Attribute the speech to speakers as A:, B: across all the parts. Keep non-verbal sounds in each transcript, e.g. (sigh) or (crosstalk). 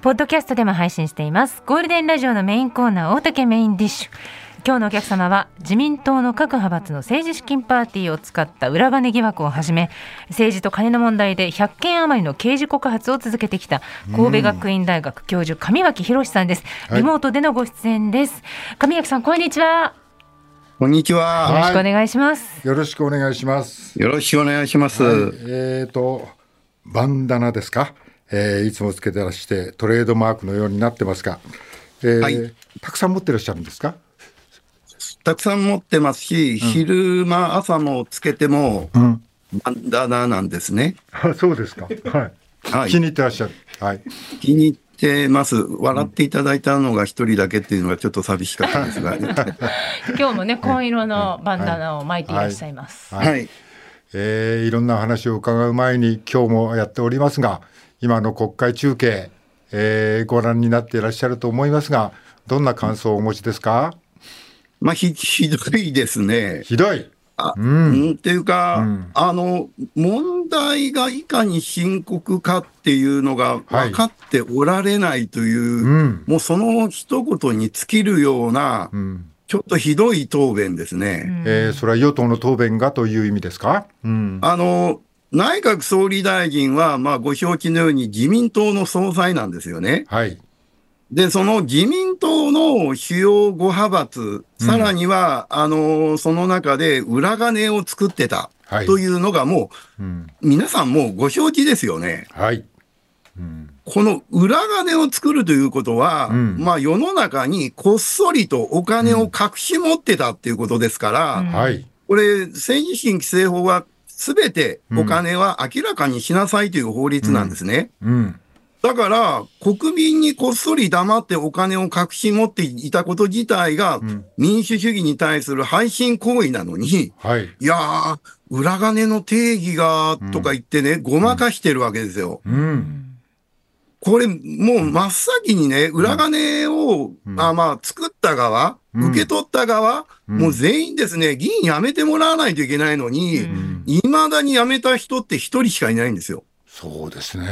A: ポッドキャストでも配信しています。ゴールデンラジオのメインコーナー、大竹メインディッシュ。今日のお客様は自民党の各派閥の政治資金パーティーを使った裏金疑惑をはじめ政治と金の問題で100件余りの刑事告発を続けてきた神戸学院大学教授上脇博さんです、
B: はい
A: リモートでのご出演です上脇さんこんにちは
B: こんにち
A: よろ
B: は。
A: しくお願いします、
B: よろしくお願いします。
C: よろしくお願いします。
B: えっ、と、バンダナですか、えーいつもつけてらして、トレードマークのようになってますが、えー
C: はい
B: たくさん持ってらっしゃるんですか
C: たくさん持ってますし、昼間、朝もつけても、バンダナなんですね。
B: そうですか。はい。
C: は
B: (laughs)
C: い
B: 気に入ってらっしゃる。はい。
C: 気に入ってます。笑っていただいたのが一人だけっていうのがちょっと寂しかったですが、
A: 今日もね紺色のバンダナを巻いていらっしゃいます、
C: (laughs) はい。
B: えーいろんな話を伺う前に今日もやっておりますが今の国会中継、えーご覧になっていらっしゃると思いますがどんな感想をお持ちですか
C: まあ、ひ、ひどいですね。
B: ひどい
C: あうん、っていうか、あの、問題がいかに深刻かっていうのが
B: はい
C: 分かっておられないという、
B: ん
C: もうその一言に尽きるような、ちょっとひどい答弁ですね。
B: えーそれは与党の答弁がという意味ですか、うん
C: あの、内閣総理大臣は、まあ、ご表記のように自民党の総裁なんですよね。
B: はい、
C: で、その自民党の主要5派閥、さらには、あの、その中で裏金を作ってた
B: はい
C: というのがもう、
B: うん
C: 皆さんもうご承知ですよね。
B: はい、
C: この裏金を作るということは、
B: ん
C: まあ世の中にこっそりとお金を隠し持ってたっていうことですから、
B: はい、
C: これ、政治資金規正法は、すべてお金は明らかにしなさいという法律なんですね。
B: うん、
C: だから、国民にこっそり黙ってお金を隠し持っていたこと自体が、民主主義に対する背信行為なのに、
B: はい、
C: いやー、裏金の定義が、とか言ってね、ごまかしてるわけですよ。
B: うん、
C: これ、もう真っ先にね、裏金を、あまあ、作った側、
B: うん
C: 受け取った側、
B: ん
C: もう全員ですね、議員辞めてもらわないといけないのに、
A: うん
C: いまだに辞めた人って一人しかいないんですよ。
B: そうですね。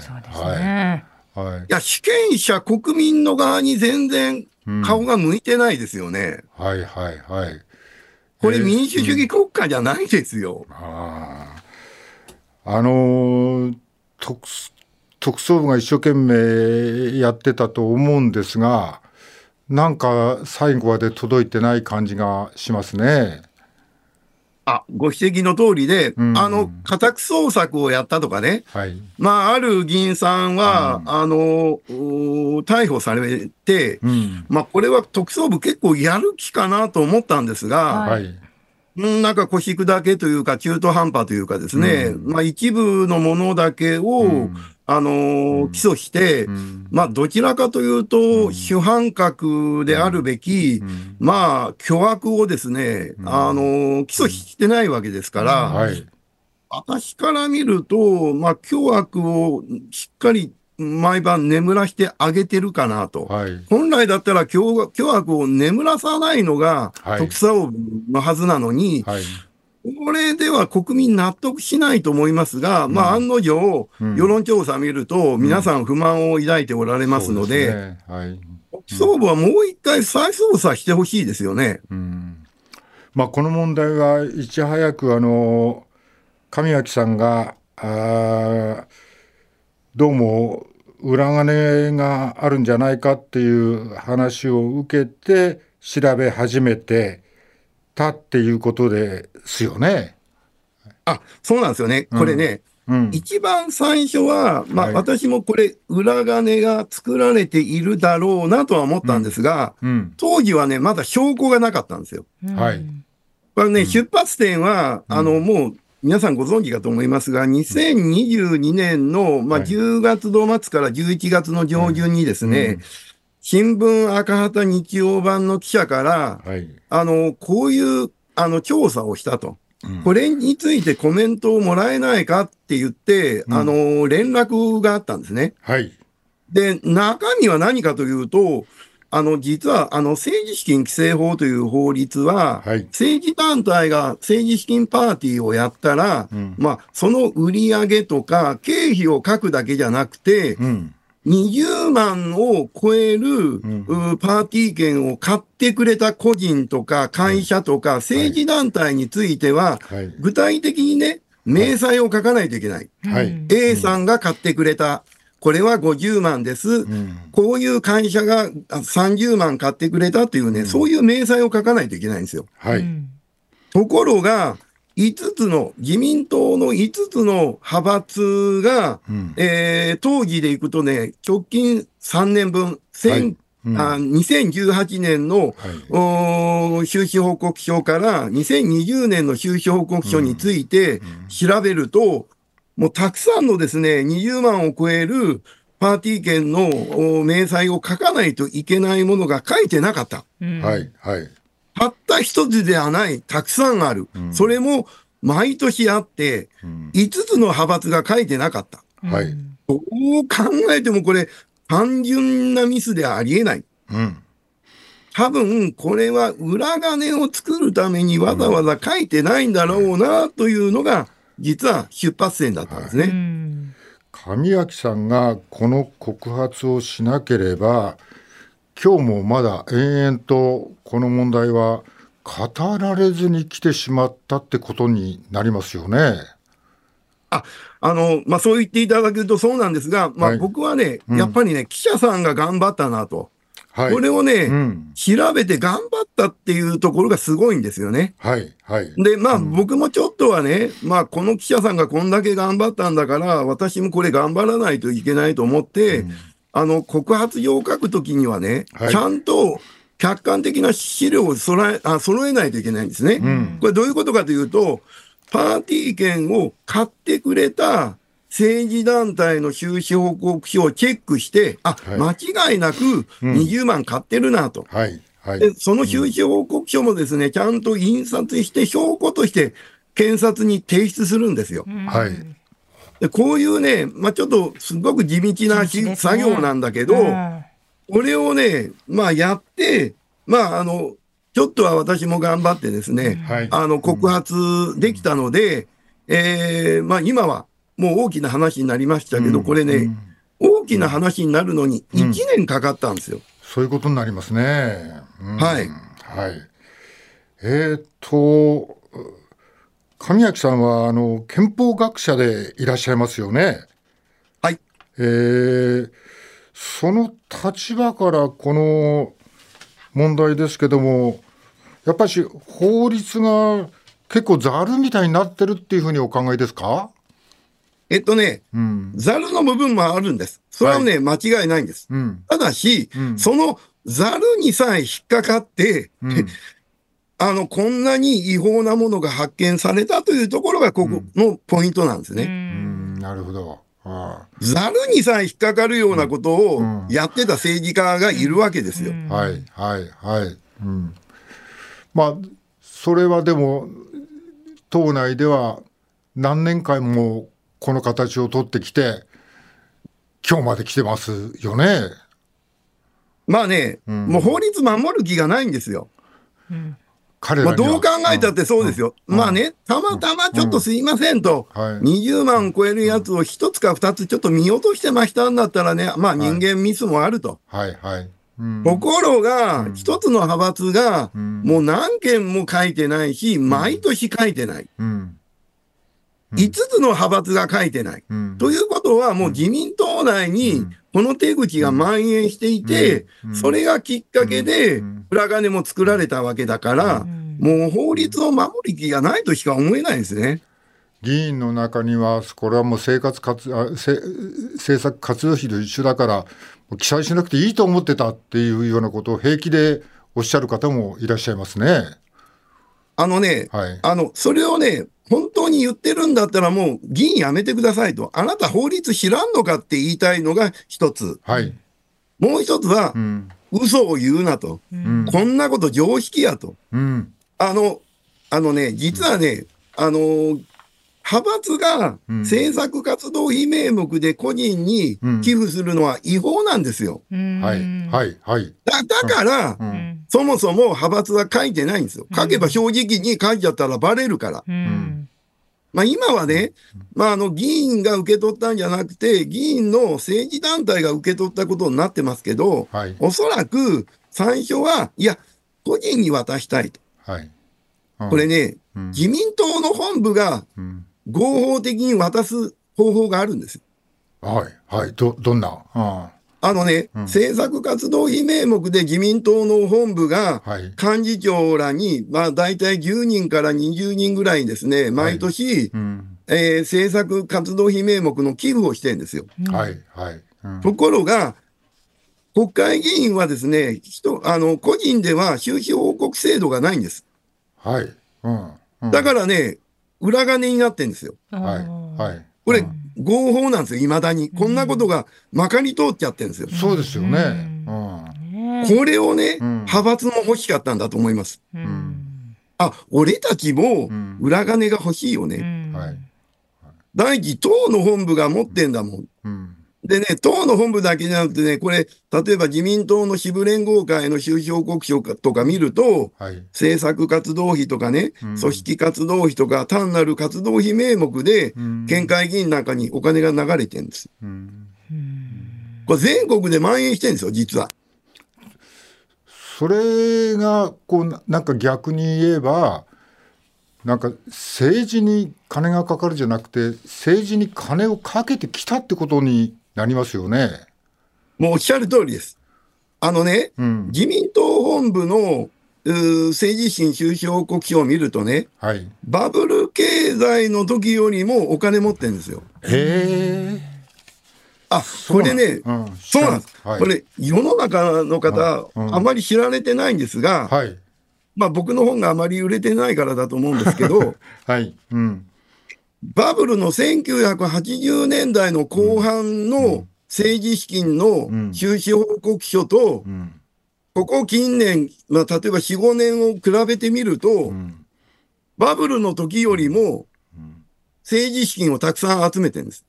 A: そうです
B: はい、
A: ね、
B: はい、
C: いや、被験者、国民の側に全然顔が向いてないですよね。
B: はい、はい、はい。
C: これ
B: えー
C: 民主主義国家じゃないですよ。
B: あーあのー特す特捜部が一生懸命やってたと思うんですがなんか最後まで届いてない感じがしますね。
C: あ、ご指摘の通りで、
B: ん
C: あの、家宅捜索をやったとかね、
B: はい、
C: まあ、ある議員さんは、あの、お逮捕されて、
B: うん
C: まあ、これは特捜部結構やる気かなと思ったんですが、
B: はい
C: うんなんか腰砕けというか、中途半端というかですね、まあ、一部のものだけを、あのー起訴して、まあ、どちらかというと、主犯格であるべき、まあ、巨悪をですね、あのー起訴してないわけですから、
B: はい
C: 私から見ると、まあ、凶悪をしっかり毎晩眠らしてあげてるかなと。
B: はい
C: 本来だったら凶凶悪を眠らさないのが
B: はい
C: 特捜部のはずなのに、
B: はい
C: これでは国民納得しないと思いますが、まあ案の定、世論調査見ると皆さん不満を抱いておられますので、
B: そうすねはい
C: 特捜部はもう一回再捜査してほしいですよね。
B: まあ、この問題はいち早くあの上脇さんがあーどうも裏金があるんじゃないかっていう話を受けて調べ始めてたっていうことですよね。
C: あ、そうなんですよね。これね、
B: うん、
C: 一番最初は、まあ、
B: はい
C: 私もこれ、裏金が作られているだろうなとは思ったんですが、
B: うん
C: 当時はね、まだ証拠がなかったんですよ。
A: うん
B: はい
C: これね、出発点は、あの、もう、皆さんご存知かと思いますが、2022年の、まあ、
B: はい
C: 10月度末から11月の上旬にですね、新聞赤旗日曜版の記者から、
B: はい
C: あの、こういう、あの、調査をしたと。
B: うん
C: これについてコメントをもらえないかって言って、あの、連絡があったんですね。
B: はい
C: で、中身は何かというと、あの、実は、あの、政治資金規正法という法律は、
B: はい
C: 政治団体が政治資金パーティーをやったら、まあ、その売り上げとか経費を書くだけじゃなくて、
B: うん
C: 20万を超える、うパーティー券を買ってくれた個人とか会社とか政治団体については、
B: はい
C: 具体的にね、明細を書かないといけない。
B: はい、
C: A さんが買ってくれた。これは50万です。こういう会社があ30万買ってくれたというね、そういう明細を書かないといけないんですよ。
B: はい、
A: うん
C: ところが、5つの、自民党の5つの派閥が、
B: うん
C: えー、討議でいくとね、直近3年分、
B: は
C: 千
B: いうん
C: あ2018年の、
B: はい
C: おー収支報告書から2020年の収支報告書について調べると、もうたくさんのですね、20万を超えるパーティー券のおー明細を書かないといけないものが書いてなかった。
A: うん
B: はい、はい、
C: たった一つではない、たくさんある。それも毎年あって、5つの派閥が書いてなかった。
B: はい、
C: どう考えてもこれ、単純なミスではありえない。
B: うん、
C: 多分、これは裏金を作るためにわざわざ書いてないんだろうな、というのが、実は出発点だったんですね。
A: うん
B: 神明さんがこの告発をしなければ、今日もまだ延々とこの問題は語られずに来てしまったってことになりますよね。
C: あ、あの、まあ、そう言っていただけるとそうなんですが、ま
B: は
C: あ、
B: い
C: 僕はね、やっぱりね、記者さんが頑張ったなと。
B: はい、
C: これをね、
B: うん、
C: 調べて頑張ったっていうところがすごいんですよね。
B: はい、はい、
C: で、まあ僕もちょっとはね、まあこの記者さんがこんだけ頑張ったんだから、私もこれ頑張らないといけないと思って、あの、告発状を書くときにはね、
B: はい
C: ちゃんと客観的な資料を揃え、あ揃えないといけないんですね。これどういうことかというと、パーティー券を買ってくれた政治団体の収支報告書をチェックして、あ、
B: は
C: 間違いなく20万買ってるなと。
B: はい、はい、
C: で、その収支報告書もですね、ちゃんと印刷して、証拠として、検察に提出するんですよ。
B: はい、
C: でこういうね、まあ、ちょっとすごく地道な
A: 地道ですね
C: 作業なんだけど、
A: うん
C: これをね、まあ、やって、まあ、あの、ちょっとは私も頑張ってですね、
B: はい、
C: あの、告発できたので、えーまあ、今は、もう大きな話になりましたけど、これね、大きな話になるのに1年かかったんですよ。
B: そういうことになりますね。うん
C: はい
B: はい。えっ、と、神明さんはあの憲法学者でいらっしゃいますよね。
C: はい。
B: えーその立場からこの問題ですけども、やっぱりし法律が結構ざるみたいになってるっていうふうにお考えですか？
C: えっとね、
B: うん。
C: ざるの部分もあるんです。それはね、間違いないんです。
B: うん。
C: ただし、
B: うん
C: そのざるにさえ引っかかって、
B: うん。
C: あの、こんなに違法なものが発見されたというところが、ここのポイントなんです
A: う
C: ね。
B: うんんなるほど。あ
C: ざるにさえ引っかかるようなことを
B: うん
C: やってた政治家がいるわけですよ。
B: はいはいはい、うん、まあそれはでも党内では何年間もこの形を取ってきて今日まで来てますよね。
C: まあね、
B: ん
C: もう法律守る気がないんですよ。
B: 彼ら
C: まあ、
B: には、
C: どう考えたってそうですよ。まあね、たまたまちょっとすいませんと、
B: はい
C: 20万超えるやつを一つか二つちょっと見落としてましたんだったらね、まあ人間ミスもあると。
B: はいはい、うん
C: ところが、一つの派閥が、もう何件も書いてないし、毎年書いてない。
B: うん
C: 5つの派閥が書いてない。
B: うん
C: ということは、もう自民党内に、この手口が蔓延していて、それがきっかけで、裏金も作られたわけだから、もう法律を守る気がないとしか思えないですね。
B: 議員の中にはこれはもう生活活あせ政策活動費と一緒だからもう記載しなくていいと思ってたっていうようなことを平気でおっしゃる方もいらっしゃいますね。
C: あのね、
B: はい
C: あの、それをね、本当に言ってるんだったらもう議員やめてくださいと。あなた法律知らんのかって言いたいのが一つ。
B: はい、
C: もう一つは
B: う、ん
C: 嘘を言うなと。
B: うん
C: こんなこと常識やと。
B: うん
C: あの、あのね、実はね、あのー、派閥が
B: うん
C: 政策活動費名目で個人に
B: うん
C: 寄付するのは違法なんですよ。
B: はい
A: い。
B: はいはい。
C: だだから、
B: う
A: うんん
C: そもそも派閥は書いてないんですよ。書けば正直に書いちゃったらバレるから。
A: うん。
C: まあ、今はね、まあ、あの議員が受け取ったんじゃなくて、議員の政治団体が受け取ったことになってますけど、
B: はい
C: おそらく最初は、いや、個人に渡したいと。
B: はい。
C: これね、
B: うん
C: 自民党の本部が
B: うん
C: 合法的に渡す方法があるんです。
B: はい、はい、ど、どんな、あ
C: あのね、政策活動費名目で自民党の本部が
B: あ、はい、
C: 幹事長らに、まあ、大体10人から20人ぐらいにですね、毎年、
B: うん、
C: えー政策活動費名目の寄付をしてるんですよ。
B: はい、はい、うん
C: ところが、国会議員はですね、人あの個人では収支報告制度がないんです。
B: はい、うん、うん
C: だからね、裏金になってるんですよ。
B: はい、はいい。
C: これ
B: うん、
C: 合法なんですよ、いまだに。こんなことがまかり通っちゃってるんですよ。
B: そうですよね。
A: うん
B: うん、
A: ねえ
C: これをね、
B: うん
C: 派閥も欲しかったんだと思います。
A: うん
C: あ、俺たちも
B: ん
C: 裏金が欲しいよ
A: う
C: ね。
A: ん
B: はい
C: 第一、党の本部が持ってんだもん。
B: うん、
C: でね、党の本部だけじゃなくてね、これ、例えば自民党の支部連合会の収支報告書とか見ると、
B: はい、
C: 政策活動費とかね、
B: うん
C: 組織活動費とか、単なる活動費名目で、
B: うん
C: 県会議員なんかにお金が流れてるんです。
B: うん。
C: これ全国で蔓延してるんですよ、実は。
B: それが、こう、ななんか逆に言えば。なんか政治に金がかかるじゃなくて、政治に金をかけてきたってことになりますよね。
C: もうおっしゃる通りです。あのね、
B: うん、
C: 自民党本部のうー政治審収支報告書を見るとね、
B: はい。
C: バブル経済の時よりもお金持ってるんですよ。
B: え
C: あ、これね、
B: うん
C: そうなんです。
B: はい
C: これ、世の中の方、
B: うん
C: あまり知られてないんですが、
B: はい、
C: まあ僕の本があまり売れてないからだと思うんです
B: (laughs)
C: けど、
B: はい、うん、
C: バブルの1980年代の後半の政治資金の収支報告書と
B: う、ん、
C: ここ近年、まあ、例えば4、5年を比べてみると
B: う、ん、
C: バブルの時よりも政治資金をたくさん集めてるんです。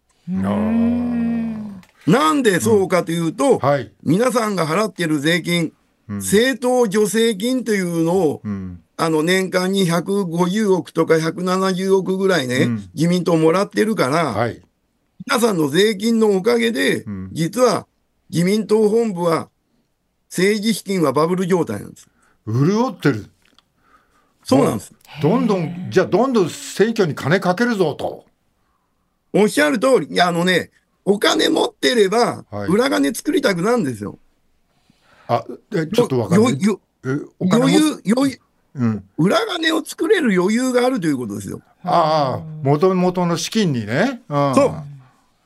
A: うん
C: なんでそうかというと、
B: はい、
C: 皆さんが払ってる税金、政党助成金というのを、
B: うん、
C: あの年間に150億とか170億ぐらいね、
B: うん
C: 自民党もらってるから、
B: はい、
C: 皆さんの税金のおかげで、
B: ん
C: 実は自民党本部は政治資金はバブル状態なんです。
B: 潤ってる。
C: そうなんです。
B: どんどん、じゃあどんどん選挙に金かけるぞと。
C: おっしゃる通り、いや、あのね、お金持ってれば
B: はい、
C: 裏金作りたくなるんですよ。
B: あ、えちょっとわかんない。
C: よ
B: えお
C: よ
B: 金も
C: 余裕、余裕、
B: うん。
C: 裏金を作れる余裕があるということですよ。
B: ああ、元々の資金にね。うん
C: そ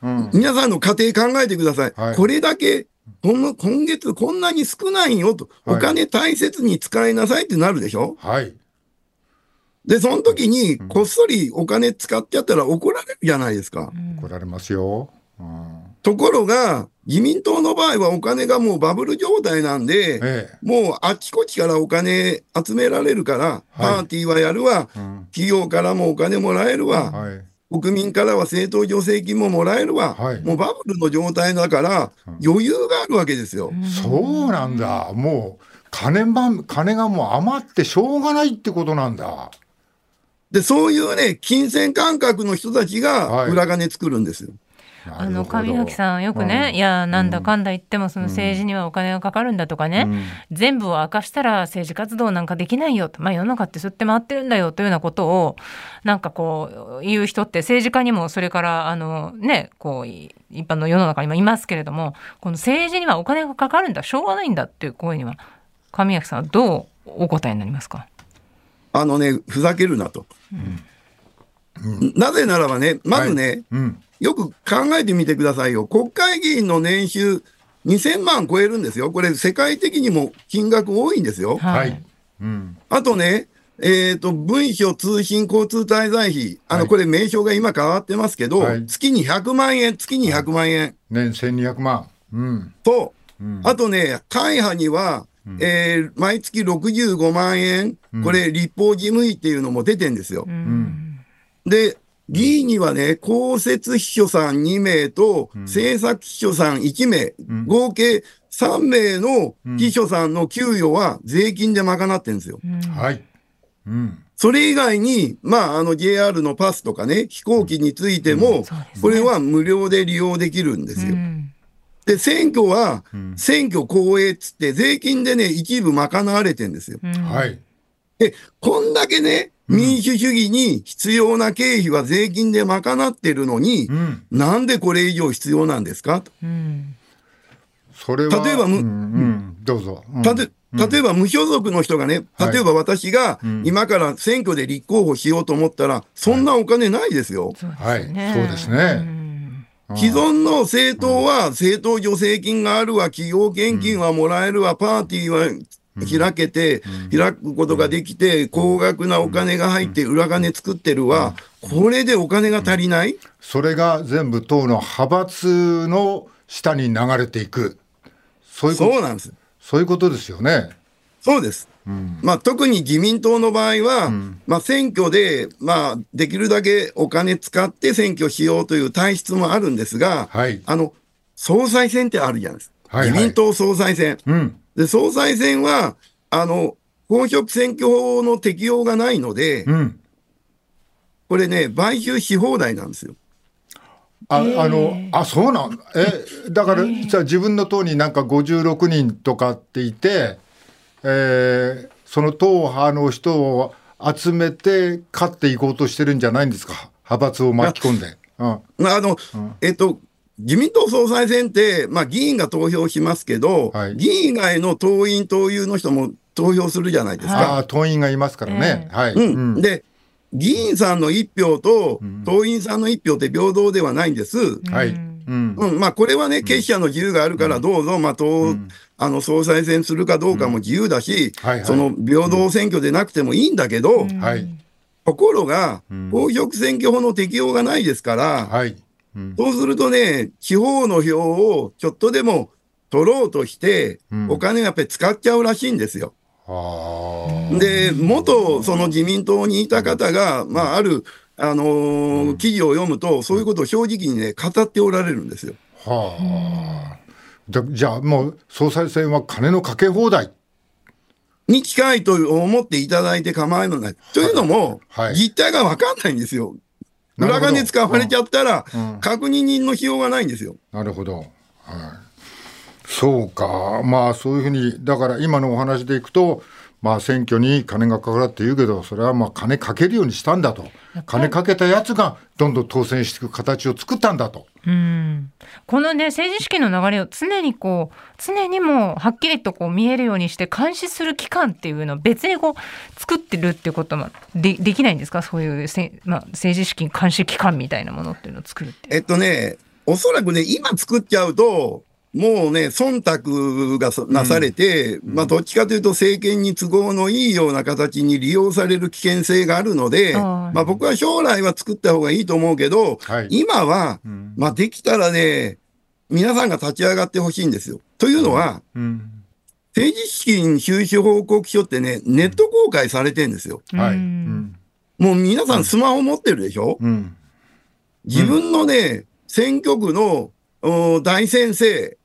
C: う。
B: うん。
C: 皆さんの家庭考えてください。
B: はい
C: これだけ、この今月こんなに少ないよと、
B: はい
C: お金大切に使いなさいってなるでしょ
B: はい。
C: で、その時に、こっそりお金使っちゃったら怒られるじゃないですか。
B: 怒られますよ。うん。
C: ところが、自民党の場合はお金がもうバブル状態なんで、
B: ええ。
C: もうあっちこっちからお金集められるから、パーティーはやるわ、
B: うん。
C: 企業からもお金もらえるわ、
B: はい。
C: 国民からは政党助成金ももらえるわ、
B: はい
C: もうバブルの状態だから、余裕があるわけですよ。
B: そうなんだ。もう、金ばん、金がもう余ってしょうがないってことなんだ。
C: で、そういうね、金銭感覚の人たちが
B: はい
C: 裏金作るんですよ。
B: な
A: あ
B: る
A: の
B: ほど
A: 上垣さんよくね、
B: うん
A: いやなんだかんだ言ってもその政治にはお金がかかるんだとかね、
B: うん
A: 全部を明かしたら政治活動なんかできないよと、まあ、世の中ってそうやって回ってるんだよというようなことをなんかこう言う人って政治家にもそれからあのねこうい一般の世の中にもいますけれどもこの政治にはお金がかかるんだしょうがないんだっていう声には上垣さんはどうお答えになりますか
C: あのね、ふざけるなと。なぜならばね、まずね、
B: うん。
C: よく考えてみてくださいよ。国会議員の年収2000万超えるんですよ。これ世界的にも金額多いんですよ。
B: はい。うん。
C: あとね、えっ、と、文書通信交通滞在費。あの、
B: はい
C: これ名称が今変わってますけど、
B: はい
C: 月に100万円、月に100万円
B: 年1200万。うん。
C: と、
B: うん。
C: あとね、会派には、えー毎月65万円、これ立法事務費っていうのも出てんですよ。
A: うん
C: で、議員にはね、公設秘書さん2名と、政策秘書さん1名、合計3名の秘書さんの給与は税金で賄ってるんですよ。
B: はい。うん。
C: それ以外に、まあ、あの JR のパスとかね、飛行機についても、
A: そうですね
C: これは無料で利用できるんですよ。
A: うん
C: で、選挙は、選挙公営っつって、税金でね、一部賄われてんですよ。
A: うん
B: はい。
C: で、こんだけね、民主主義に必要な経費は税金で賄ってるのに、
B: うん。
C: なんでこれ以上必要なんですかと
A: うん
B: それは。
C: 例えば
B: うん、
C: む
B: うん、どうぞ。うん
C: たと例えば無所属の人がね、
B: はい
C: 例えば私が今から選挙で立候補しようと思ったら、そんなお金ないですよ。
A: そうですね
B: はいそうですね
A: うん
C: 既存の政党は政党助成金があるわ、企業献金はもらえるわ、パーティーは開けて、開くことができて、高額なお金が入って裏金作ってるわ、これでお金が足りない
B: それが全部党の派閥の下に流れていく。そういうこ
C: そう
B: と、
C: なんです。
B: そういうことですよね。
C: そうです。まあ、特に自民党の場合は、まあ、選挙で、まあ、できるだけお金使って選挙しようという体質もあるんですが、
B: はい
C: あの、総裁選ってあるじゃないですか。
B: はいはい
C: 自民党総裁選。
B: うん。
C: で、総裁選は、あの、公職選挙法の適用がないので、
B: うん。
C: これね、買収し放題なんですよ。
B: あ、あの、あ、そうなん。え、だから、じゃあ自分の党になんか56人とかっていて、えーその党派の人を集めて勝っていこうとしてるんじゃないんですか。派閥を巻き込んで。うん。
C: まあ、あの、えっと、自民党総裁選って、まあ、議員が投票しますけど、
B: はい
C: 議員以外の党員、党友の人も投票するじゃないですか。
B: ああ、党員がいますからね。はい。
C: うんで、議員さんの一票と党員さんの一票って平等ではないんです。
B: は
A: う
B: い。
A: ん
B: うん。
C: うん、まあこれはね、結社の自由があるから、どうぞ、まあ、党、あの、総裁選するかどうかも自由だし
B: うんはいは、い
C: その平等選挙でなくてもいいんだけど、
B: はい。
C: ところが、公職選挙法の適用がないですから、
B: はい。うん。
C: そうするとね、地方の票をちょっとでも取ろうとして
B: うん、
C: お金をやっぱり使っちゃうらしいんですよ。
B: ああ。
C: で、元その自民党にいた方が、まあ、ある、あのー記事を読むと、そういうことを正直にね、語っておられるんですよ。
B: はあ。だじゃあもう総裁選は金のかけ放題。
C: に近いと思っていただいて構わない。というのも、
B: はい
C: 実態が分かんないんですよ。
B: なる
C: 裏
B: ほど
C: 金使われちゃったら
B: うんうん、
C: 確認人の費用がないんですよ。
B: なるほど。はい。そうか。まあそういうふうに、だから今のお話でいくと、まあ選挙に金がかかるって言うけど、それはまあ金かけるようにしたんだと。金かけたやつがどんどん当選していく形を作ったんだと。
A: うんこのね政治資金の流れを常にこう常にもうはっきりとこう見えるようにして監視する機関っていうのを別にこう作ってるっていうこともでできないんですかそういうせ、まあ、政治資金監視機関みたいなものっていうのを作るっていう。
C: えっとね、おそらくね、今作っちゃうと、もうね、忖度がそなされて、まあ、どっちかというと政権に都合のいいような形に利用される危険性があるので、
A: はい
C: まあ、僕は将来は作った方がいいと思うけど、
B: はい
C: 今は、まあ、できたらね、皆さんが立ち上がってほしいんですよ。というのは、
B: うん。
C: 政治資金収支報告書ってね、ネット公開されてんですよ。
B: はい。う
A: うん
B: ん。
C: もう皆さんスマホ持ってるでしょ
B: うん。
C: 自分のね、選挙区のお大先生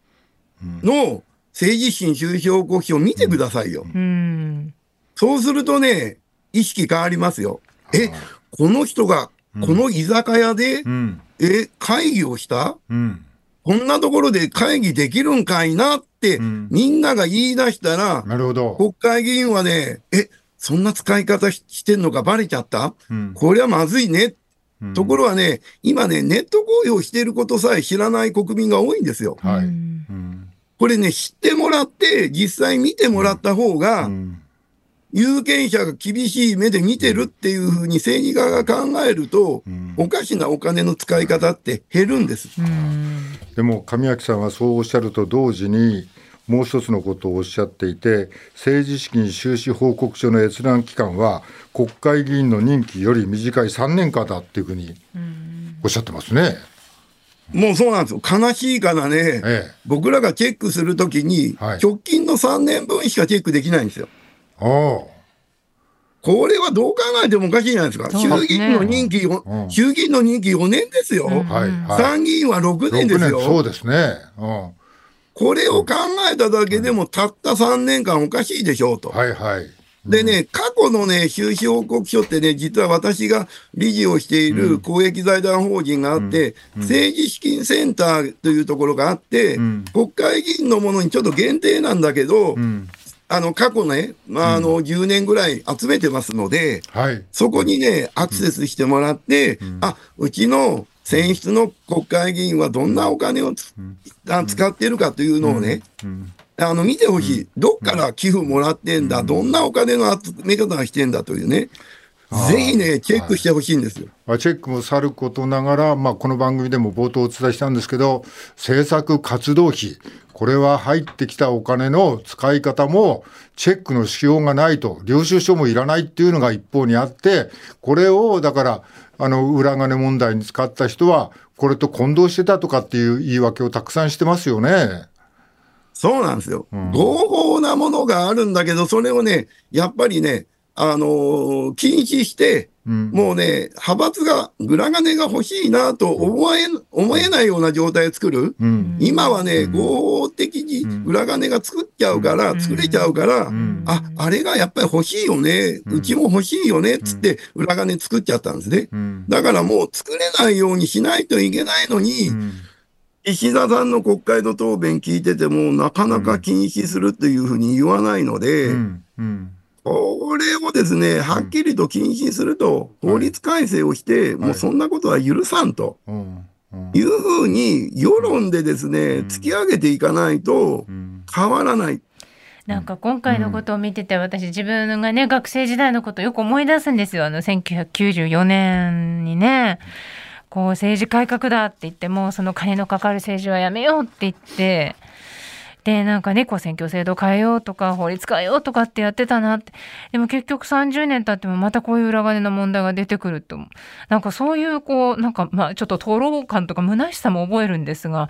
C: の政治資金収支報告書を見てくださいよ。
A: うん
C: そうするとね、意識変わりますよ。え、この人が、この居酒屋で
B: う、ん。
C: え、会議をした
B: うん。
C: こんなところで会議できるんかいなって、
B: ん
C: みんなが言い出したら、
B: なるほど。
C: 国会議員はね、え、そんな使い方ししてんのかバレちゃった、
B: うん
C: これはまずいね。
B: うん
C: ところはね、今ね、ネット公表していることさえ知らない国民が多いんですよ。
B: はい。
A: うん
B: うん。
C: これね、知ってもらって、実際見てもらった方が、
B: うん
C: 有権者が厳しい目で見てるっていうふうに正義側が考えると、おかしなお金の使い方って減るんです。
A: うん
B: でも上脇さんはそうおっしゃると同時にもう一つのことをおっしゃっていて政治資金収支報告書の閲覧期間は国会議員の任期より短い3年間だっていうふうにおっしゃってますね。
C: もうそうなんですよ。悲しいからね、
B: ええ
C: 僕らがチェックするときに、
B: はい
C: 直近の3年分しかチェックできないんですよ。
B: ああ
C: これはどう考えてもおかしいじゃないですか。
A: そう
C: 衆
A: ですね
C: 議院の任期よ、
B: うん
C: 衆議院の任期4年ですよ。
B: はいはい。
C: 参議院は6年です
B: 六そう
C: よ。
B: ですね。うん
C: これを考えただけでもたった3年間おかしいでしょうと。
B: はいはい。
C: でね、過去のね、収支報告書ってね、実は私が理事をしている公益財団法人があって、政治資金センターというところがあって、
B: ん
C: 国会議員のものにちょっと限定なんだけど、あの、過去ね、まあ、あの、10年ぐらい集めてますので、
B: はい。
C: そこにね、アクセスしてもらって、あ、うちの選出の国会議員はどんなお金をつ、あ使ってるかというのをね、あの、見てほしい。どっから寄付もらってんだ、どんなお金の集め方がしてんだというね、ぜひね、チェックしてほしいんですよ。
B: まあ、チェックもさることながら、まあ、この番組でも冒頭お伝えしたんですけど、政策活動費、これは入ってきたお金の使い方も、チェックのしようがないと、領収書もいらないっていうのが一方にあって、これをだから、あの裏金問題に使った人は、これと混同してたとかっていう言い訳をたくさんしてますよね。
C: そうなんですよ。合法なものがあるんだけど、それをね、やっぱりね、あのー禁止して、もうね、派閥が、グラ金が欲しいなと思え、思えないような状態を作る。
B: うん、
C: 今はね、合法的に裏金が作っちゃうから、作れちゃうから、あ、あれがやっぱり欲しいよね、うちも欲しいよね、つって裏金作っちゃったんですね。
B: うん、
C: だからもう作れないようにしないといけないのに、
B: ん
C: 石田さんの国会の答弁聞いてても、なかなか禁止するというふうに言わないので、
B: うん、うん、
C: これをですね、はっきりと禁止すると、法律改正をして、もうそんなことは許さんと。
B: うん、うん、
C: いうふうに世論でですね、突き上げていかないと
B: うん、
C: 変わらない。
A: なんか今回のことを見てて、私自分がね、学生時代のことをよく思い出すんですよ。あの、1994年にね、こう政治改革だって言って、もうその金のかかる政治はやめようって言って、で、なんかね、こう選挙制度変えようとか、法律変えようとかってやってたなって。でも結局30年経ってもまたこういう裏金の問題が出てくると思う。なんかそういう、こう、なんかまあちょっと討論感とか虚しさも覚えるんですが、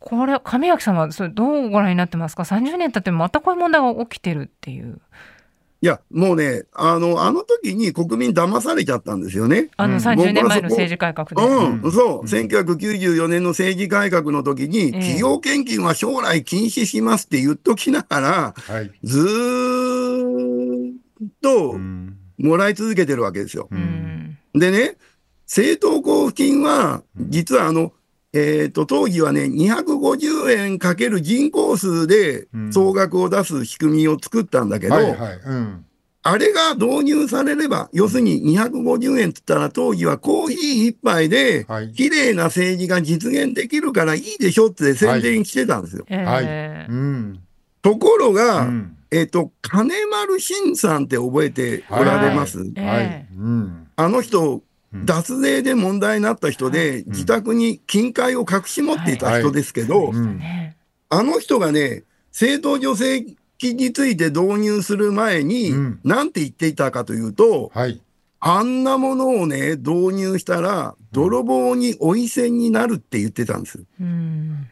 A: これ、神脇さんはそれどうご覧になってますか ?30 年経ってもまたこういう問題が起きてるっていう。
C: いや、もうね、あの、あの時に国民騙されちゃったんですよね。
A: あの
B: うん
A: 30年前の政治改革で。
C: うん、
B: うん
C: そう、1994年の政治改革の時に、
A: ええ
C: 企業献金は将来禁止しますって言っときながら、
B: はい。
C: ずーっと
B: うん
C: もらい続けてるわけですよ。
A: う
B: うんん。
C: でね、政党交付金は、実はあの、えっ、と、当時はね、250円かける人口数で
B: うん
C: 総額を出す仕組みを作ったんだけど、
B: はい、はい、うん、
C: あれが導入されれば、要するに250円って言ったら当時はコーヒー一杯で
B: は、い
C: 綺麗な政治が実現できるからいいでしょって宣伝してたんですよ。
A: ええ
B: はいうん、
C: ところが、
B: うん
C: えっ、と、金丸信さんって覚えておられます、
A: え
B: はい
A: え、
B: うん。
C: あの人、
B: うん
C: 脱税で問題になった人で、自宅に金塊を隠し持っていた人ですけど、
B: うん
A: ね
C: あの人がね、政党助成金について導入する前に
B: うん、
C: なんて言っていたかというと、
B: はい。
C: あんなものをね、導入したら、泥棒に追い銭になるって言ってたんですよ。
A: うん。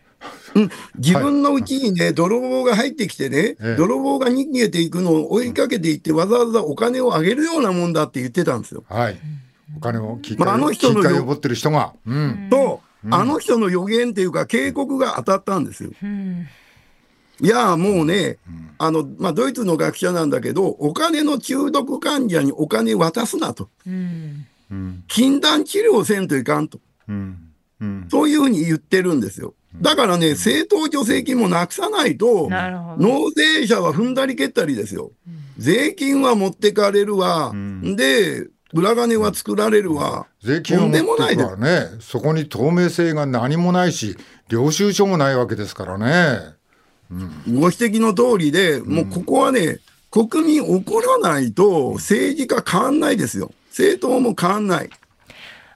C: 自分のうちにね、泥棒が入ってきてね
B: ええ、
C: 泥棒が逃げていくのを追いかけていって、わざわざお金をあげるようなもんだって言ってたんですよ。
B: はい。お金を金塊,、
C: まああの人
B: 金
C: の
B: 塊を持ってる人が。う。
A: うんん
C: と、あの人の予言っていうか、警告が当たったんですよ。
A: うん。
C: いやーもうね、あの、まあ、ドイツの学者なんだけど、お金の中毒患者にお金渡すなと。
A: うん。
B: うん。
C: 禁断治療せんといかんと。
B: うん。うん。
C: そういうふうに言ってるんですよ。だからね、政党助成金もなくさないと、
A: なるほど
C: 納税者は踏んだり蹴ったりですよ。税金は持ってかれるわ。
B: ん
C: で、裏金は作られるわ。
B: 税金を持
C: とん
B: って
C: で
B: いくか
C: も
B: らね、そこに透明性が何もないし、領収書もないわけですからね。
C: ご指摘の通りで、もうここはね、国民怒らないと政治家変わんないですよ。政党も変わんない。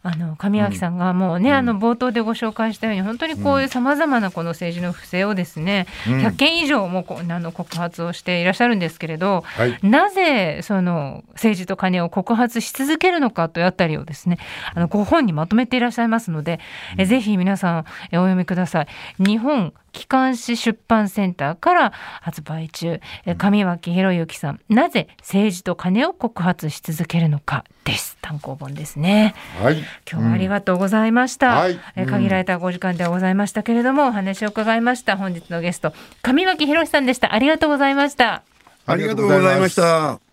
A: あの上脇さんがもうね、あの冒頭でご紹介したように本当にこういうさまざまなこの政治の不正をですね、100件以上もこうあの告発をしていらっしゃるんですけれど、
B: はい
A: なぜその政治と金を告発し続けるのかというあたりをですねあのご本にまとめていらっしゃいますので、えぜひ皆さんえお読みください。日本機関誌出版センターから発売中え上脇博之さん「なぜ政治と金を告発し続けるのか」です単行本ですね。
B: はい。
A: 今日はありがとうございました、
B: うんはい
A: えー
B: うん
A: 限られたご時間ではございましたけれども、お話を伺いました本日のゲスト上脇博さんでしたありがとうございました
C: ありがとうございまし。た。